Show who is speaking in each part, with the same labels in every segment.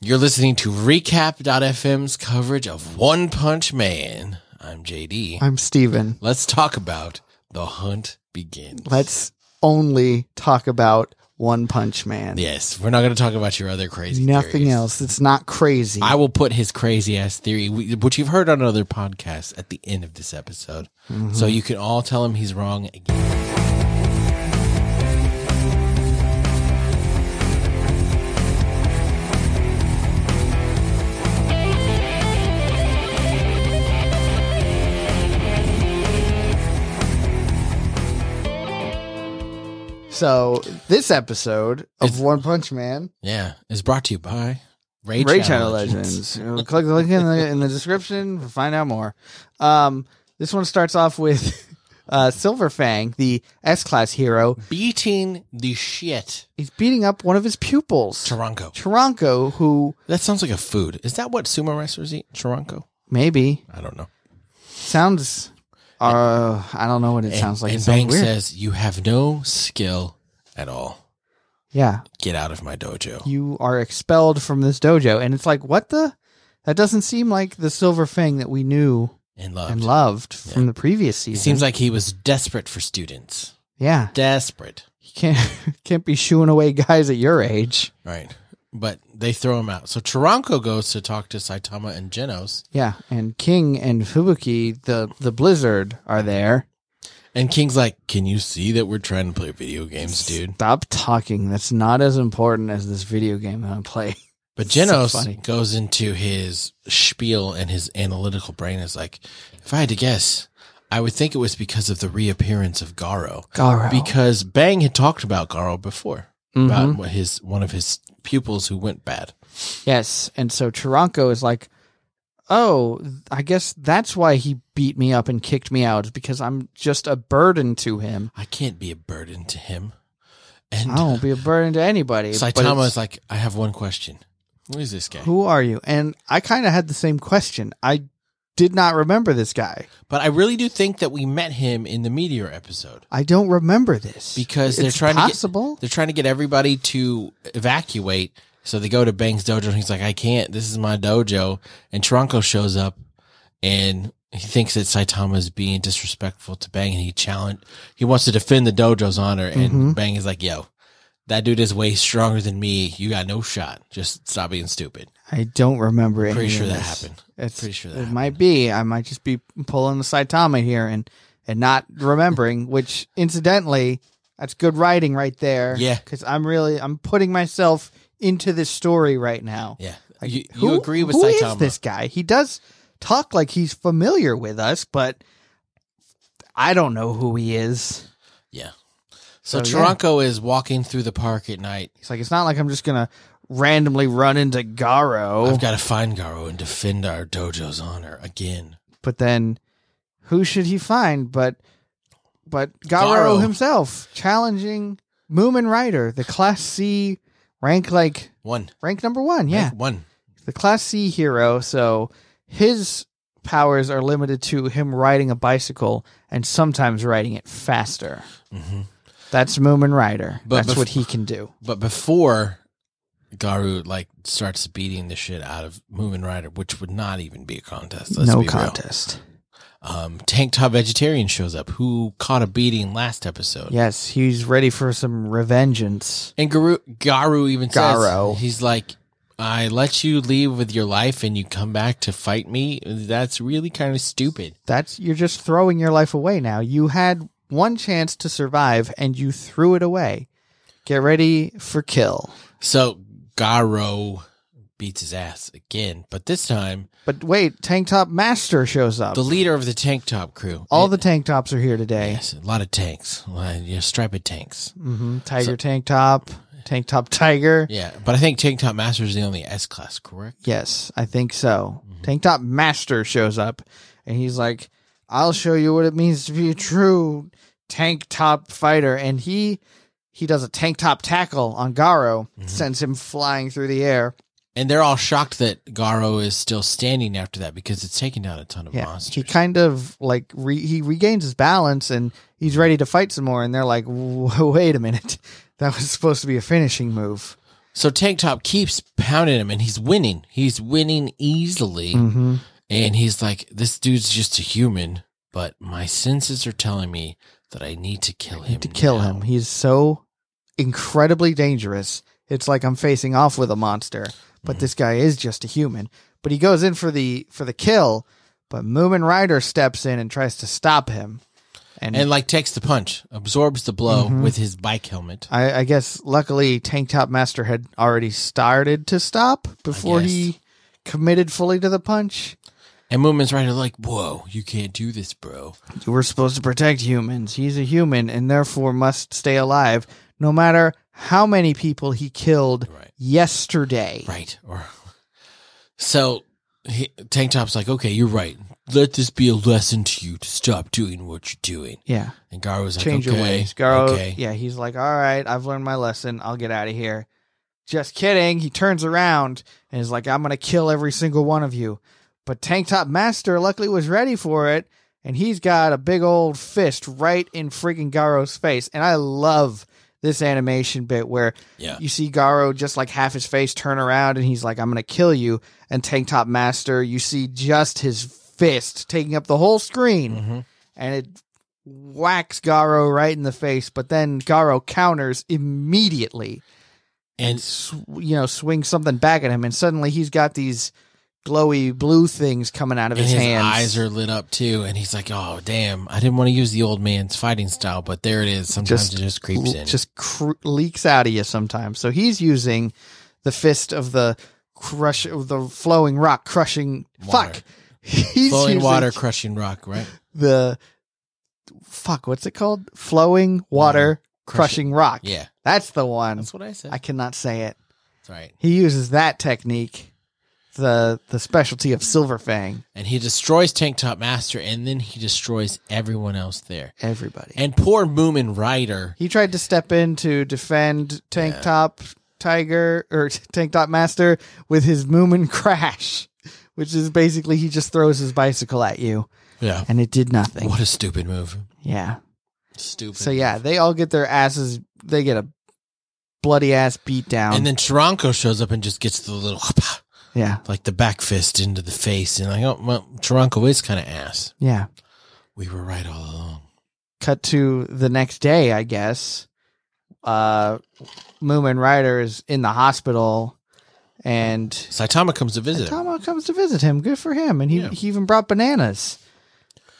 Speaker 1: You're listening to Recap.fm's coverage of One Punch Man. I'm JD.
Speaker 2: I'm Steven.
Speaker 1: Let's talk about The Hunt Begins.
Speaker 2: Let's only talk about One Punch Man.
Speaker 1: Yes, we're not going to talk about your other crazy
Speaker 2: Nothing
Speaker 1: theories.
Speaker 2: else. It's not crazy.
Speaker 1: I will put his crazy ass theory, which you've heard on other podcasts, at the end of this episode.
Speaker 2: Mm-hmm.
Speaker 1: So you can all tell him he's wrong again.
Speaker 2: so this episode
Speaker 1: It's-
Speaker 2: of One Punch Man,
Speaker 1: Yeah, it's brought to you by Ray,
Speaker 2: Ray Channel Legends. You know, click the link in the, in the description to find out more. Um, this one starts off with uh, Silver Fang, the S class hero.
Speaker 1: Beating the shit.
Speaker 2: He's beating up one of his pupils,
Speaker 1: Taranko.
Speaker 2: Taranko, who
Speaker 1: That sounds like a food. Is that what sumo wrestlers eat? Taranko?
Speaker 2: maybe
Speaker 1: I don't know.
Speaker 2: sounds. Uh, I don't know what it sounds like.
Speaker 1: And
Speaker 2: It sounds
Speaker 1: Banks
Speaker 2: weird.
Speaker 1: says, You have no skill at all.
Speaker 2: yeah,
Speaker 1: Get out of my dojo.
Speaker 2: you are expelled from this dojo. And it's like, what the? That doesn't seem like the Silver Fang that we knew
Speaker 1: and love.
Speaker 2: and loved from the previous
Speaker 1: It
Speaker 2: season.
Speaker 1: seems like he was desperate for students.
Speaker 2: yeah,
Speaker 1: Desperate.
Speaker 2: you can't can't be shooing away guys at your age.
Speaker 1: Right. But they throw him out. So Taranko goes to talk to Saitama and Genos,
Speaker 2: Yeah, and King and Fubuki, the the Blizzard, are there.
Speaker 1: and King's like, "Can you see that we're trying to play video games, dude?"
Speaker 2: Stop talking. That's not as important as this video game that I'm playing.
Speaker 1: But
Speaker 2: So
Speaker 1: Genos
Speaker 2: funny.
Speaker 1: goes into his spiel, and his analytical brain is like, "If I had to guess, I would think it was because of the reappearance of Garo,
Speaker 2: Garo.
Speaker 1: because Bang had talked about Garo before,
Speaker 2: Mhm.
Speaker 1: about what his one of his pupils who went bad."
Speaker 2: Yes, and so Taranko is like, "Oh, I guess that's why he beat me up and kicked me out is because I'm just a burden to him.
Speaker 1: I can't be a burden to him, and
Speaker 2: I won't be a burden to anybody." Oh, but
Speaker 1: Saitama
Speaker 2: it's-
Speaker 1: is like, "I have one question. Who is this guy?"
Speaker 2: who are you? And I kind of had the same question. I did not remember this guy.
Speaker 1: But I really do think that we met him in the meteor episode
Speaker 2: I don't remember this
Speaker 1: because they're
Speaker 2: It's
Speaker 1: trying
Speaker 2: possible.
Speaker 1: to get, they're trying to get everybody to evacuate. So they go to Bang's dojo and he's like, "I can't. This is my dojo." And Tronco shows up and he thinks that Saitama is being disrespectful to Bang and he challenge he wants to defend the dojo's honor and
Speaker 2: Mhm.
Speaker 1: Bang is like, "Yo, that dude is way stronger than me. You got no shot. Just stop being stupid."
Speaker 2: I don't remember. any
Speaker 1: Pretty
Speaker 2: of
Speaker 1: sure that
Speaker 2: this.
Speaker 1: happened.
Speaker 2: It's,
Speaker 1: Pretty sure that
Speaker 2: it
Speaker 1: happened.
Speaker 2: might be. I might just be pulling the Saitama here and and not remembering. which, incidentally, that's good writing right there.
Speaker 1: Yeah.
Speaker 2: because I'm really I'm putting myself into this story right now.
Speaker 1: Yeah.
Speaker 2: Like,
Speaker 1: you,
Speaker 2: who-
Speaker 1: you agree with
Speaker 2: who is
Speaker 1: Saitama?
Speaker 2: this guy? He does talk like he's familiar with us, but I don't know who he is.
Speaker 1: Yeah. So,
Speaker 2: So, yeah.
Speaker 1: Tronco is walking through the park at night
Speaker 2: He's like, it's not like I'm just gonna randomly run into Garo.
Speaker 1: I've got to find Garo and defend our dojo's honor again.
Speaker 2: but then who should he find but but Garo
Speaker 1: Garo.
Speaker 2: himself challenging Moomin Rider, the class C rank like
Speaker 1: One.
Speaker 2: rank number 1. Yeah.
Speaker 1: Make One.
Speaker 2: The class C hero, so his powers are limited to him riding a bicycle and sometimes riding it faster.
Speaker 1: hmm
Speaker 2: That's Moomin Rider.
Speaker 1: But
Speaker 2: That's
Speaker 1: bef-
Speaker 2: what he can do.
Speaker 1: But before Garu like starts beating the shit out of Moomin Rider, which would not even be a contest. Let's
Speaker 2: no
Speaker 1: be real.
Speaker 2: contest.
Speaker 1: Um, Tank Top Vegetarian shows up, who caught a beating last episode.
Speaker 2: Yes, he's ready for some revengeance.
Speaker 1: And Garu, Garu even
Speaker 2: Garo.
Speaker 1: says he's like, "I let you leave with your life, and you come back to fight me. That's really kind of stupid."
Speaker 2: that's you're just throwing your life away now. You had one chance to survive and you threw it away. Get ready for kill.
Speaker 1: So Garo beats his ass again, but this time
Speaker 2: But wait, Tank Top Master shows up.
Speaker 1: the leader of the tank top crew.
Speaker 2: All the tank tops are here today.
Speaker 1: yes, a lot of tanks, a lot of, you know, striped tanks.
Speaker 2: hmm Tiger Tank Top, Tank Top Tiger.
Speaker 1: Yeah, but I think tank top master is the only S class, correct?
Speaker 2: Yes, I think so.
Speaker 1: Mm-hmm.
Speaker 2: Tank Top Master shows up and he's like, I'll show you what it means to be a true tank top fighter. And he he does a tank top tackle on Garo,
Speaker 1: Mm-hmm.
Speaker 2: sends him flying through the air.
Speaker 1: And they're all shocked that Garo is still standing after that because it's taking down a ton of
Speaker 2: Yeah, he
Speaker 1: monsters.
Speaker 2: kind of like re- he regains his balance and he's ready to fight some more. And they're like, "W- "Wait a minute, that was supposed to be a finishing move."
Speaker 1: So Tank Top keeps pounding him and he's winning. He's winning easily.
Speaker 2: Mm-hmm.
Speaker 1: And he's like, this dude's just a human, but my senses are telling me that I need to kill him.
Speaker 2: To kill
Speaker 1: now."
Speaker 2: him, he's so incredibly dangerous. It's like I'm facing off with a monster, but
Speaker 1: Mhm.
Speaker 2: this guy is just a human. But he goes in for the for the kill, but Moomin Rider steps in and tries to stop him. And,
Speaker 1: And like takes the punch, absorbs the blow
Speaker 2: Mhm.
Speaker 1: with his bike helmet.
Speaker 2: I, I guess luckily Tank Top Master had already started to stop before
Speaker 1: guess.
Speaker 2: he committed fully to the punch.
Speaker 1: And Moomin's right like, whoa, you can't do this, bro.
Speaker 2: We're supposed to protect humans. He's a human and therefore must stay alive, no matter how many people he killed
Speaker 1: Right.
Speaker 2: yesterday.
Speaker 1: Right. Or so he, Tank Top's like, okay, you're right. Let this be a lesson to you to stop doing what you're doing.
Speaker 2: Yeah.
Speaker 1: And Garo's like,
Speaker 2: Change
Speaker 1: okay,
Speaker 2: your ways. Garo,
Speaker 1: okay.
Speaker 2: yeah, he's like, all right, I've learned my lesson. I'll get out of here. Just kidding. He turns around and is like, I'm going to kill every single one of you. But Tank Top Master luckily was ready for it. And he's got a big old fist right in freaking Garo's face. And I love this animation bit where
Speaker 1: Yeah.
Speaker 2: you see Garo just like half his face turn around and he's like, I'm gonna kill you. And Tank Top Master, you see just his fist taking up the whole screen
Speaker 1: Mhm.
Speaker 2: and it whacks Garo right in the face, but then Garo counters immediately and,
Speaker 1: And
Speaker 2: sw- you know, swings something back at him and suddenly he's got these glowy blue things coming out of
Speaker 1: and
Speaker 2: his,
Speaker 1: his
Speaker 2: hands.
Speaker 1: eyes are lit up too, and he's like, "Oh damn, I didn't want to use the old man's fighting style, but there it is. Sometimes
Speaker 2: Just
Speaker 1: it just creeps in."
Speaker 2: just cr- leaks out of you sometimes. So he's using the fist of the crush of the flowing rock crushing
Speaker 1: Water.
Speaker 2: fuck. He's
Speaker 1: Flowing
Speaker 2: using
Speaker 1: water, crushing rock, right?
Speaker 2: the fuck. What's it called? Flowing water crushing rock.
Speaker 1: Yeah,
Speaker 2: That's the one.
Speaker 1: that's what I said.
Speaker 2: I cannot say it.
Speaker 1: that's right.
Speaker 2: He uses that technique, the the specialty of Silver Fang.
Speaker 1: And he destroys Tank Top Master, and then he destroys everyone else there.
Speaker 2: Everybody.
Speaker 1: And poor Moomin Rider.
Speaker 2: He tried to step in to defend Tank
Speaker 1: Yeah.
Speaker 2: Top Tiger or Tank Top Master with his Moomin Crash, which is basically he just throws his bicycle at you
Speaker 1: Yeah,
Speaker 2: and it did nothing.
Speaker 1: what a stupid move.
Speaker 2: Yeah.
Speaker 1: Stupid.
Speaker 2: So yeah, they all get their asses. They get a bloody ass beat down.
Speaker 1: And then Tronco shows up and just gets the little
Speaker 2: yeah,
Speaker 1: like the back fist into the face, and like, oh, well, Tronco is kind of ass.
Speaker 2: yeah.
Speaker 1: We were right all along.
Speaker 2: Cut to the next day, I guess. Uh, Moomin Rider is in the hospital, and
Speaker 1: Saitama comes to visit. him.
Speaker 2: Saitama comes to visit him. Good for him. And he,
Speaker 1: Yeah.
Speaker 2: he even brought bananas,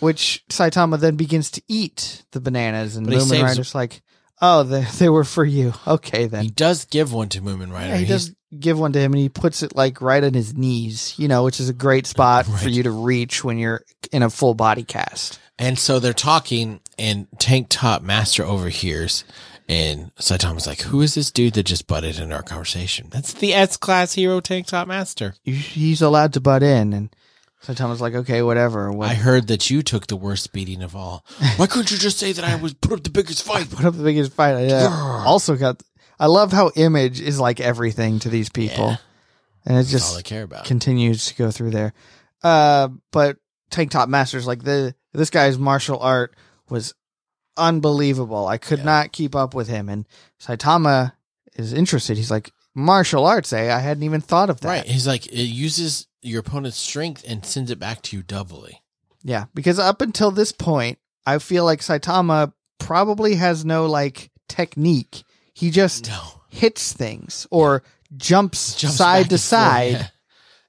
Speaker 2: which Saitama then begins to eat the bananas. And
Speaker 1: But he
Speaker 2: Moomin
Speaker 1: saves-
Speaker 2: Rider's like, oh, they, they were for you. Okay,
Speaker 1: He
Speaker 2: then.
Speaker 1: does give one to Moomin Rider.
Speaker 2: Yeah, he
Speaker 1: He's-
Speaker 2: does give one to him and he puts it like right on his knees, you know, which is a great spot for
Speaker 1: Right.
Speaker 2: you to reach when you're in a full body cast.
Speaker 1: And so they're talking, and Tank Top Master overhears. And Saitama's like, Who is this dude that just butted in our conversation? That's the S Class Hero Tank Top Master.
Speaker 2: You- He's allowed to butt in. And Saitama's like, okay, whatever. What,
Speaker 1: I heard that you took the worst beating of all. Why couldn't you just say that I was put up the biggest fight?
Speaker 2: put up the biggest fight. I uh,
Speaker 1: Grr.
Speaker 2: also got. I love how image is like everything to these people,
Speaker 1: Yeah.
Speaker 2: and it
Speaker 1: That's all
Speaker 2: just
Speaker 1: I care about.
Speaker 2: continues to go through there. Uh, but Tank Top Masters, like the this guy's martial art was unbelievable. I could
Speaker 1: Yeah.
Speaker 2: not keep up with him, and Saitama is interested. He's like martial arts. Eh? I hadn't even thought of that.
Speaker 1: Right. He's like, It uses your opponent's strength and sends it back to you doubly.
Speaker 2: Yeah, because up until this point, I feel like Saitama probably has no like technique. He just
Speaker 1: No.
Speaker 2: hits things or jumps,
Speaker 1: Jumps back
Speaker 2: side to
Speaker 1: and forth,
Speaker 2: side.
Speaker 1: yeah,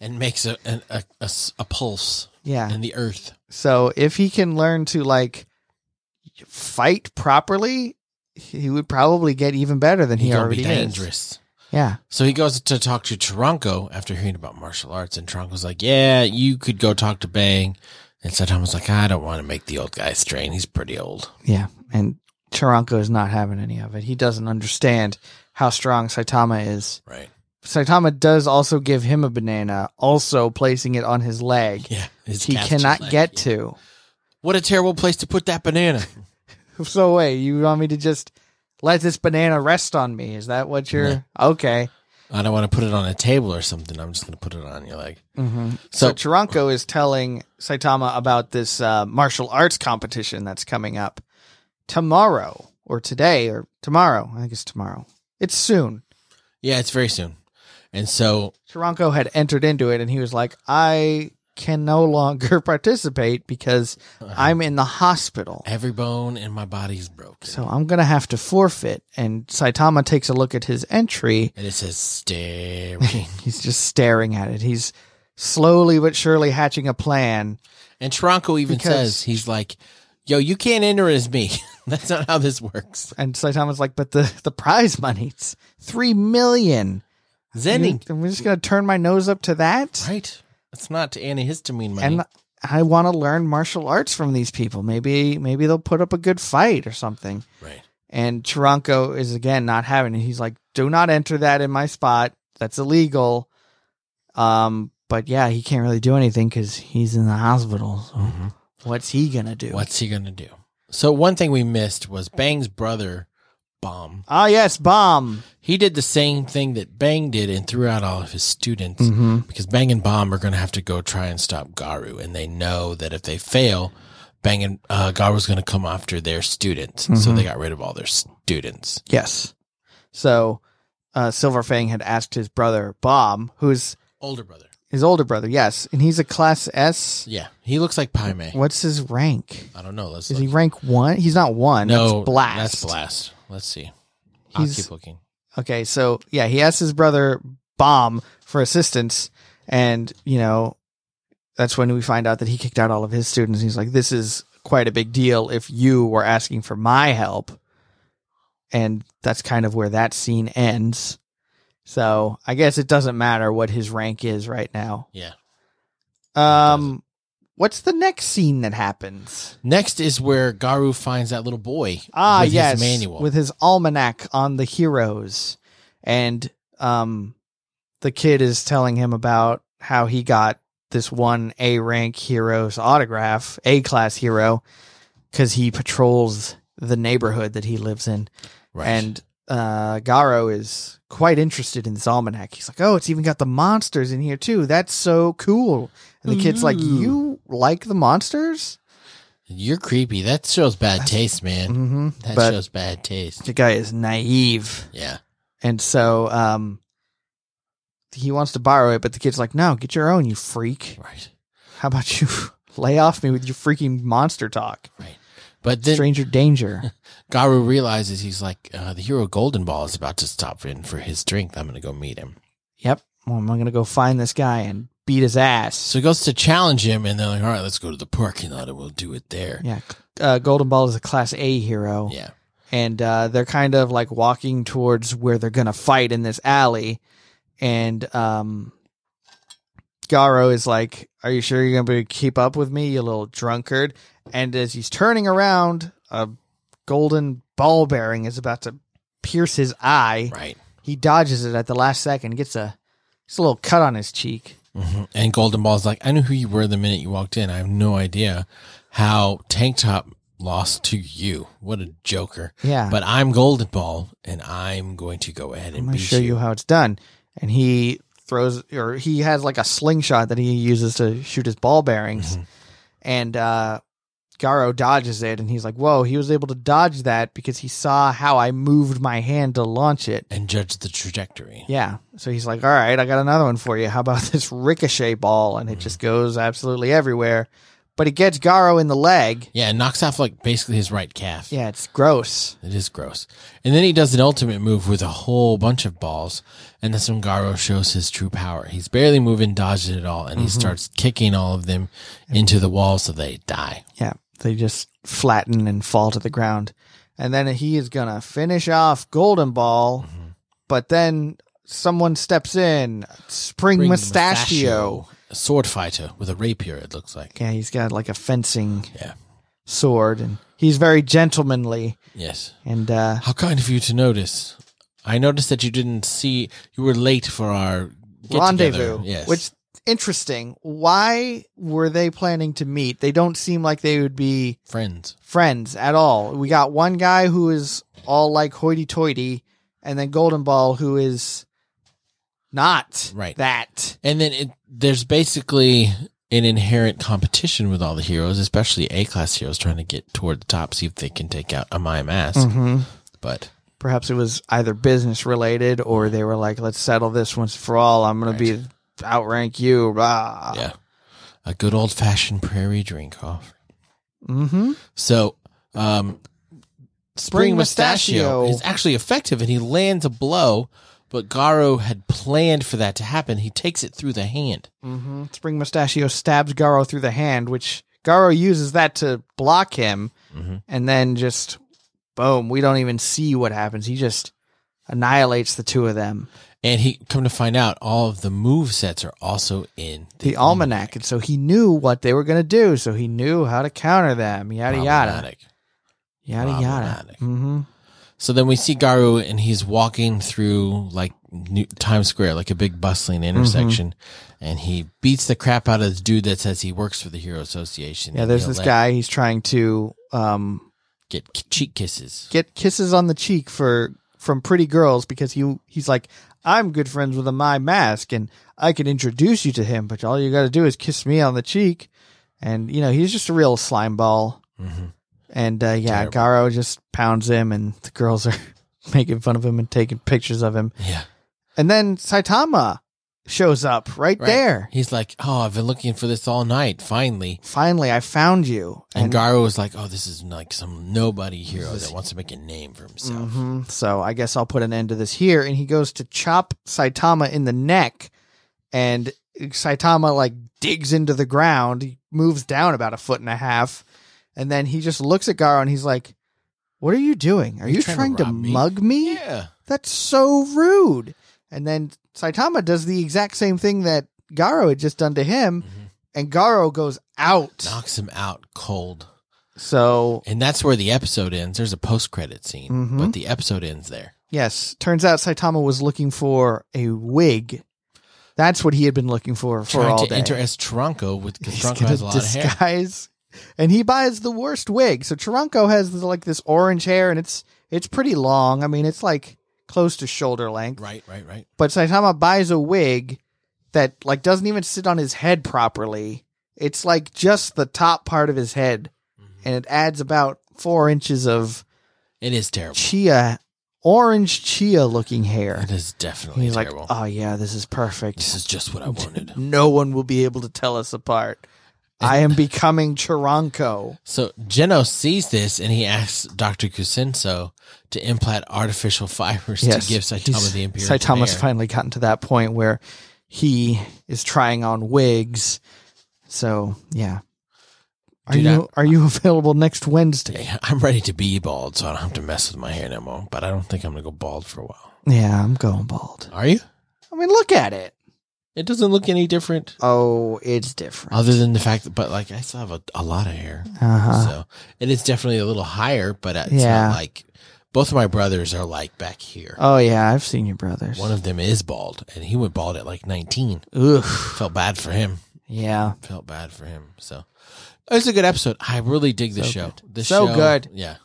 Speaker 1: And makes a, an- a, a s- a pulse
Speaker 2: Yeah.
Speaker 1: in the earth.
Speaker 2: So if he can learn to like fight properly, he would probably get even better than he,
Speaker 1: He's going to
Speaker 2: already
Speaker 1: be
Speaker 2: is.
Speaker 1: dangerous.
Speaker 2: Yeah.
Speaker 1: So he goes to talk to Tronco after hearing about martial arts, and Tronco's like, "Yeah, you could go talk to Bang." And Saitama's like, "I don't want to make the old guy strain. He's pretty old."
Speaker 2: Yeah. And Chiranko is not having any of it. He doesn't understand how strong Saitama is.
Speaker 1: Right?
Speaker 2: Saitama does also give him a banana, also placing it on his leg.
Speaker 1: Yeah. His
Speaker 2: he
Speaker 1: captured
Speaker 2: cannot
Speaker 1: leg.
Speaker 2: get
Speaker 1: Yeah.
Speaker 2: to.
Speaker 1: What a terrible place to put that banana.
Speaker 2: So wait, you want me to just let this banana rest on me? Is that what you're okay?
Speaker 1: I don't want to put it on a table or something. I'm just going to put it on your leg.
Speaker 2: Mm-hmm. So,
Speaker 1: So,
Speaker 2: Chiranko is telling Saitama about this uh, martial arts competition that's coming up tomorrow or today or tomorrow. I think it's tomorrow. It's soon.
Speaker 1: Yeah, it's very soon. And so
Speaker 2: Taranko had entered into it and he was like, I can no longer participate because
Speaker 1: uh,
Speaker 2: I'm in the hospital.
Speaker 1: every bone in my body's broken.
Speaker 2: So I'm going to have to forfeit. And Saitama takes a look at his entry.
Speaker 1: and it says staring.
Speaker 2: He's just staring at it. He's slowly but surely hatching a plan.
Speaker 1: and Tronco even
Speaker 2: Because-
Speaker 1: says he's like, "Yo, you can't enter as me. That's not how this works."
Speaker 2: And Saitama's like, but the, the prize money, it's three million.
Speaker 1: Zending,
Speaker 2: You- I'm just going to turn my nose up to that.
Speaker 1: right? That's not antihistamine money.
Speaker 2: And I want to learn martial arts from these people. Maybe, maybe they'll put up a good fight or something.
Speaker 1: right.
Speaker 2: And Taranko is again not having it. He's like, "Do not enter that in my spot. That's illegal." Um, but yeah, he can't really do anything because he's in the hospital. So what's he gonna do?
Speaker 1: What's he gonna do? So one thing we missed was Bang's brother, Bomb.
Speaker 2: Ah, yes, bomb.
Speaker 1: He did the same thing that Bang did and threw out all of his students
Speaker 2: Mm-hmm.
Speaker 1: because Bang and Bomb are gonna have to go try and stop Garu, and they know that if they fail, Bang and uh, Garu's gonna come after their students. So
Speaker 2: Mhm.
Speaker 1: they got rid of all their students.
Speaker 2: Yes. So, uh, Silver Fang had asked his brother Bomb, who's
Speaker 1: Older brother.
Speaker 2: his older brother. Yes, and he's a class S.
Speaker 1: Yeah, he looks like Paime.
Speaker 2: What's his rank?
Speaker 1: I don't know. Let's
Speaker 2: Is
Speaker 1: look.
Speaker 2: he rank one? He's not one.
Speaker 1: Uh, no
Speaker 2: that's blast.
Speaker 1: That's blast. Let's see.
Speaker 2: He's-
Speaker 1: I'll keep looking.
Speaker 2: Okay, so yeah, he asked his brother Bomb for assistance, and you know, that's when we find out that he kicked out all of his students. He's like, "This is quite a big deal. If you were asking for my help," and that's kind of where that scene ends. So I guess it doesn't matter what his rank is right now.
Speaker 1: Yeah.
Speaker 2: Um, what's the next scene that happens?
Speaker 1: Next is where Garu finds that little boy.
Speaker 2: Ah,
Speaker 1: with his
Speaker 2: yes,
Speaker 1: manual.
Speaker 2: with his almanac on the heroes, and um, the kid is telling him about how he got this one A rank hero's autograph, A class hero, because he patrols the neighborhood that he lives in,
Speaker 1: right.
Speaker 2: and uh, Garo is quite interested in this almanac. He's like, "Oh, it's even got the monsters in here too. That's so cool!" And the kid's like,
Speaker 1: Ooh.
Speaker 2: "You like the monsters?"
Speaker 1: you're creepy. That shows bad taste, man.
Speaker 2: Mm-hmm.
Speaker 1: That
Speaker 2: but-
Speaker 1: shows bad taste.
Speaker 2: The guy is naive.
Speaker 1: Yeah.
Speaker 2: And so um he wants to borrow it, but the kid's like, "No, get your own, you freak.
Speaker 1: Right.
Speaker 2: How about you lay off me with your freaking monster talk?
Speaker 1: But then
Speaker 2: Stranger danger."
Speaker 1: Garu realizes he's like uh, the hero Golden Ball is about to stop in for his drink. I'm going to go meet him.
Speaker 2: yep. Well, I'm going to go find this guy and beat his ass.
Speaker 1: So he goes to challenge him, and they're like, "All right, let's go to the parking lot, and we'll do it there."
Speaker 2: yeah. Uh, Golden Ball is a class A hero.
Speaker 1: yeah.
Speaker 2: and uh, they're kind of like walking towards where they're gonna fight in this alley, and um, Garo is like, "Are you sure you're gonna be keep up with me, you little drunkard?" And as he's turning around, a golden ball bearing is about to pierce his eye.
Speaker 1: Right.
Speaker 2: He dodges it at the last second, gets a just a little cut on his cheek.
Speaker 1: hmm And Golden Ball's like, I knew who you were the minute you walked in. I have no idea how Tank Top lost to you. What a joker.
Speaker 2: Yeah,
Speaker 1: But I'm Golden Ball, and I'm going to go ahead
Speaker 2: I'm
Speaker 1: and
Speaker 2: gonna
Speaker 1: beat
Speaker 2: show
Speaker 1: you.
Speaker 2: you how it's done. And he throws, or he has like a slingshot that he uses to shoot his ball bearings.
Speaker 1: Mhm.
Speaker 2: And uh, Garo dodges it, and he's like, "Whoa!" He was able to dodge that because he saw how I moved my hand to launch it.
Speaker 1: And judge the trajectory.
Speaker 2: Yeah. So he's like, "All right, I got another one for you. How about this ricochet ball?" And it just goes absolutely everywhere. But it gets Garo in the leg.
Speaker 1: Yeah, it knocks off like basically his right calf.
Speaker 2: Yeah, it's gross.
Speaker 1: It is gross. And then he does an ultimate move with a whole bunch of balls. And that's when Garo shows his true power. He's barely moving, dodging it all, and he starts kicking all of them into the wall so they die.
Speaker 2: Yeah, they just flatten and fall to the ground. And then he is going to finish off Golden Ball, but then someone steps in, Spring,
Speaker 1: Bring the
Speaker 2: Mustachio.
Speaker 1: a sword fighter with a rapier, it looks like.
Speaker 2: Yeah, he's got like a fencing
Speaker 1: Yeah.
Speaker 2: sword, and he's very gentlemanly.
Speaker 1: Yes.
Speaker 2: And uh,
Speaker 1: How kind of you to notice. I noticed that you didn't see. You were late for our get-together.
Speaker 2: rendezvous,
Speaker 1: Yes.
Speaker 2: which interesting. Why were they planning to meet? They don't seem like they would be
Speaker 1: friends?
Speaker 2: friends at all. We got one guy who is all like hoity toity, and then Golden Ball who is not
Speaker 1: Right.
Speaker 2: that.
Speaker 1: And then it, there's basically an inherent competition with all the heroes,
Speaker 2: Hmm.
Speaker 1: especially A class heroes, trying to get toward the top, see if they can take out a Mask.
Speaker 2: Mm-hmm.
Speaker 1: But
Speaker 2: Perhaps it was either business related or they were like, let's settle this once for all. I'm going to be outrank you. Blah.
Speaker 1: Yeah. A good old fashioned prairie drink off.
Speaker 2: Mm-hmm.
Speaker 1: So, um, Spring
Speaker 2: Spring
Speaker 1: Mustachio
Speaker 2: Mustachio.
Speaker 1: is actually effective and he lands a blow, but Garo had planned for that to happen. He takes it through the hand.
Speaker 2: Mm-hmm. Spring Mustachio stabs Garo through the hand, which Garo uses that to block him,
Speaker 1: Mhm.
Speaker 2: and then just boom, we don't even see what happens. He just annihilates the two of them.
Speaker 1: And he come to find out all of the move sets are also in
Speaker 2: The almanac, and so he knew what they were going to do, so he knew how to counter them. Yada yada,
Speaker 1: Problematic.
Speaker 2: yada yada.
Speaker 1: Problematic.
Speaker 2: Mm-hmm.
Speaker 1: So then we see Garu and he's walking through like New- Times Square, like a big bustling
Speaker 2: Mm-hmm.
Speaker 1: intersection, and he beats the crap out of this dude that says he works for the Hero Association.
Speaker 2: Yeah,
Speaker 1: and
Speaker 2: there's
Speaker 1: he'll
Speaker 2: this
Speaker 1: let-
Speaker 2: guy. He's trying to um,
Speaker 1: get k- cheek kisses.
Speaker 2: get kisses on the cheek for from pretty girls because he he's like I'm good friends with a my mask and I can introduce you to him, but all you got to do is kiss me on the cheek, and you know he's just a real slime ball.
Speaker 1: Mhm.
Speaker 2: And uh, yeah,
Speaker 1: Terrible.
Speaker 2: Garo just pounds him, and the girls are making fun of him and taking pictures of him.
Speaker 1: Yeah,
Speaker 2: And then Saitama shows up right,
Speaker 1: Right.
Speaker 2: there.
Speaker 1: He's like, "Oh, I've been looking for this all night. Finally."
Speaker 2: Finally, I found you.
Speaker 1: And, Garu was like, "Oh, this is like some nobody hero
Speaker 2: This is-
Speaker 1: that wants to make a name for himself."
Speaker 2: hmm So I guess I'll put an end to this here. And he goes to chop Saitama in the neck, and Saitama like digs into the ground. He moves down about a foot and a half, and then he just looks at Garo and he's like, "What are you doing? Are you, trying, to,
Speaker 1: rob me?"
Speaker 2: mug me?
Speaker 1: Yeah,
Speaker 2: That's so rude." And then Saitama does the exact same thing that Garo had just done to him,
Speaker 1: Mhm.
Speaker 2: and Garo goes out.
Speaker 1: knocks him out cold,
Speaker 2: So
Speaker 1: and that's where the episode ends. There's a post credit scene,
Speaker 2: Mhm.
Speaker 1: but the episode ends there.
Speaker 2: Yes. Turns out Saitama was looking for a wig. That's what he had been looking for for
Speaker 1: Trying
Speaker 2: all
Speaker 1: to
Speaker 2: day.
Speaker 1: enter as Tronco with because
Speaker 2: He's
Speaker 1: Tronco
Speaker 2: gonna
Speaker 1: has a lot of hair.
Speaker 2: disguise, and he buys the worst wig. So Taranko has this, like this orange hair, and it's it's pretty long. I mean, it's like close to shoulder length.
Speaker 1: Right, right, right.
Speaker 2: But Saitama buys a wig that like doesn't even sit on his head properly. It's like just the top part of his head,
Speaker 1: Mm-hmm.
Speaker 2: and it adds about four inches of
Speaker 1: It is terrible.
Speaker 2: chia, orange chia looking hair.
Speaker 1: It is definitely
Speaker 2: He's
Speaker 1: terrible.
Speaker 2: like, oh yeah, this is perfect.
Speaker 1: this is just what I wanted.
Speaker 2: no one will be able to tell us apart. I am becoming Chiranko.
Speaker 1: So Geno sees this and he asks Dr. Kusenso to implant artificial fibers
Speaker 2: Yes,
Speaker 1: to give Saitama
Speaker 2: he's-
Speaker 1: the Imperial
Speaker 2: Saitama's
Speaker 1: Mare.
Speaker 2: finally gotten to that point where he is trying on wigs. So yeah, are
Speaker 1: Dude,
Speaker 2: you are you available next Wednesday?
Speaker 1: Yeah, I'm ready to be bald, so I don't have to mess with my hair no more. But I don't think I'm gonna go bald for a while.
Speaker 2: Yeah, I'm going bald.
Speaker 1: Are you?
Speaker 2: I mean, look at it.
Speaker 1: It doesn't look any different,
Speaker 2: Oh, it's different.
Speaker 1: other than the fact that. But like, I still have a, a lot of hair,
Speaker 2: Uh-huh.
Speaker 1: Uh, so it is definitely a little higher. But it's
Speaker 2: Yeah.
Speaker 1: not like both of my brothers are like back here.
Speaker 2: Oh yeah, I've seen your brothers.
Speaker 1: One of them is bald, and he went bald at like 19.
Speaker 2: Ugh.
Speaker 1: Felt bad for him.
Speaker 2: Yeah.
Speaker 1: Felt bad for him. So it's a good episode. I really dig the
Speaker 2: So
Speaker 1: show.
Speaker 2: good.
Speaker 1: The
Speaker 2: So
Speaker 1: show,
Speaker 2: good.
Speaker 1: Yeah,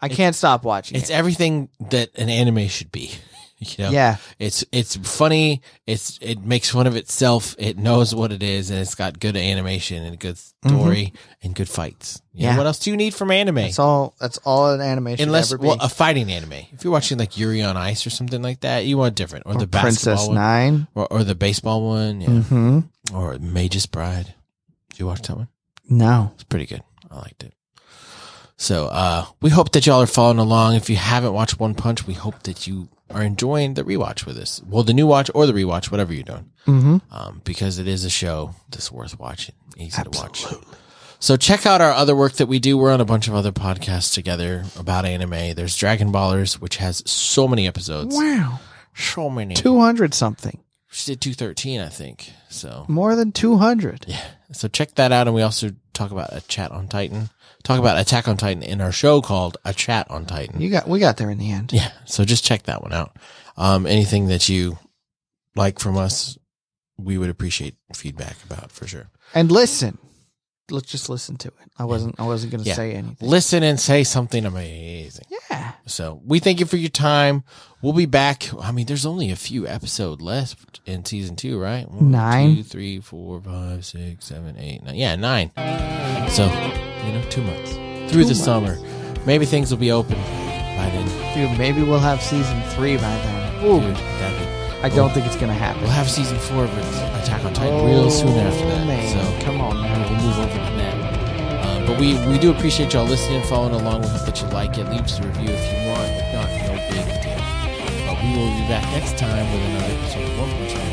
Speaker 2: I can't stop watching.
Speaker 1: it's
Speaker 2: it.
Speaker 1: everything that an anime should be. You know,
Speaker 2: yeah.
Speaker 1: it's it's funny. It's it makes fun of itself. It knows what it is, and it's got good animation and a good story and good fights. You know,
Speaker 2: Mm-hmm. Yeah.
Speaker 1: what else do you need from anime?
Speaker 2: That's all. That's all an animation
Speaker 1: Unless
Speaker 2: ever be.
Speaker 1: well, a fighting anime. If you're watching like Yuri on Ice or something like that, you want different or, the basketball
Speaker 2: Princess
Speaker 1: one
Speaker 2: Nine.
Speaker 1: or, or the baseball one, yeah.
Speaker 2: Mm-hmm.
Speaker 1: or Mage's Bride. Did you watch that one?
Speaker 2: No.
Speaker 1: It's pretty good. I liked it. So uh, we hope that y'all are following along. If you haven't watched One Punch, we hope that you are enjoying the rewatch with us. Well, the new watch or the rewatch, whatever you're doing,
Speaker 2: Mm-hmm.
Speaker 1: um, because it is a show that's worth watching. Easy to watch.
Speaker 2: Absolutely.
Speaker 1: So check out our other work that we do. We're on a bunch of other podcasts together about anime. There's Dragon Ballers, which has so many episodes.
Speaker 2: Wow.
Speaker 1: So many.
Speaker 2: Two hundred something.
Speaker 1: She did 213, I think. So
Speaker 2: More than two hundred.
Speaker 1: Yeah. So check that out. And we also talk about a chat on Titan, talk about Attack on Titan in our show called A Chat on Titan.
Speaker 2: You got. We got there in the end.
Speaker 1: yeah. So just check that one out. Um, anything that you like from us, we would appreciate feedback about for sure.
Speaker 2: And listen. Let's just listen to it. I wasn't. I wasn't going to
Speaker 1: Yeah.
Speaker 2: say anything.
Speaker 1: Listen and say something amazing.
Speaker 2: Yeah.
Speaker 1: So we thank you for your time. We'll be back. I mean, there's only a few episodes left in season two, right? One,
Speaker 2: Nine.
Speaker 1: two, three, four, five, six, seven, eight, nine. Yeah, nine. So, you know, two months through the
Speaker 2: months.
Speaker 1: summer. Maybe things will be open. by then.
Speaker 2: Dude, maybe we'll have season three by then. Ooh,
Speaker 1: Dude, that'd be-
Speaker 2: I don't think it's gonna happen.
Speaker 1: we'll have season four of Attack on Titan real soon after that.
Speaker 2: Oh, Man,
Speaker 1: So
Speaker 2: come on
Speaker 1: we'll
Speaker 2: now.
Speaker 1: move over to that. Um, but we we do appreciate y'all listening, following along. We hope that you like it. Leave us a review if you want. If not, no big deal. But we will be back next time with another episode of One Punch Man.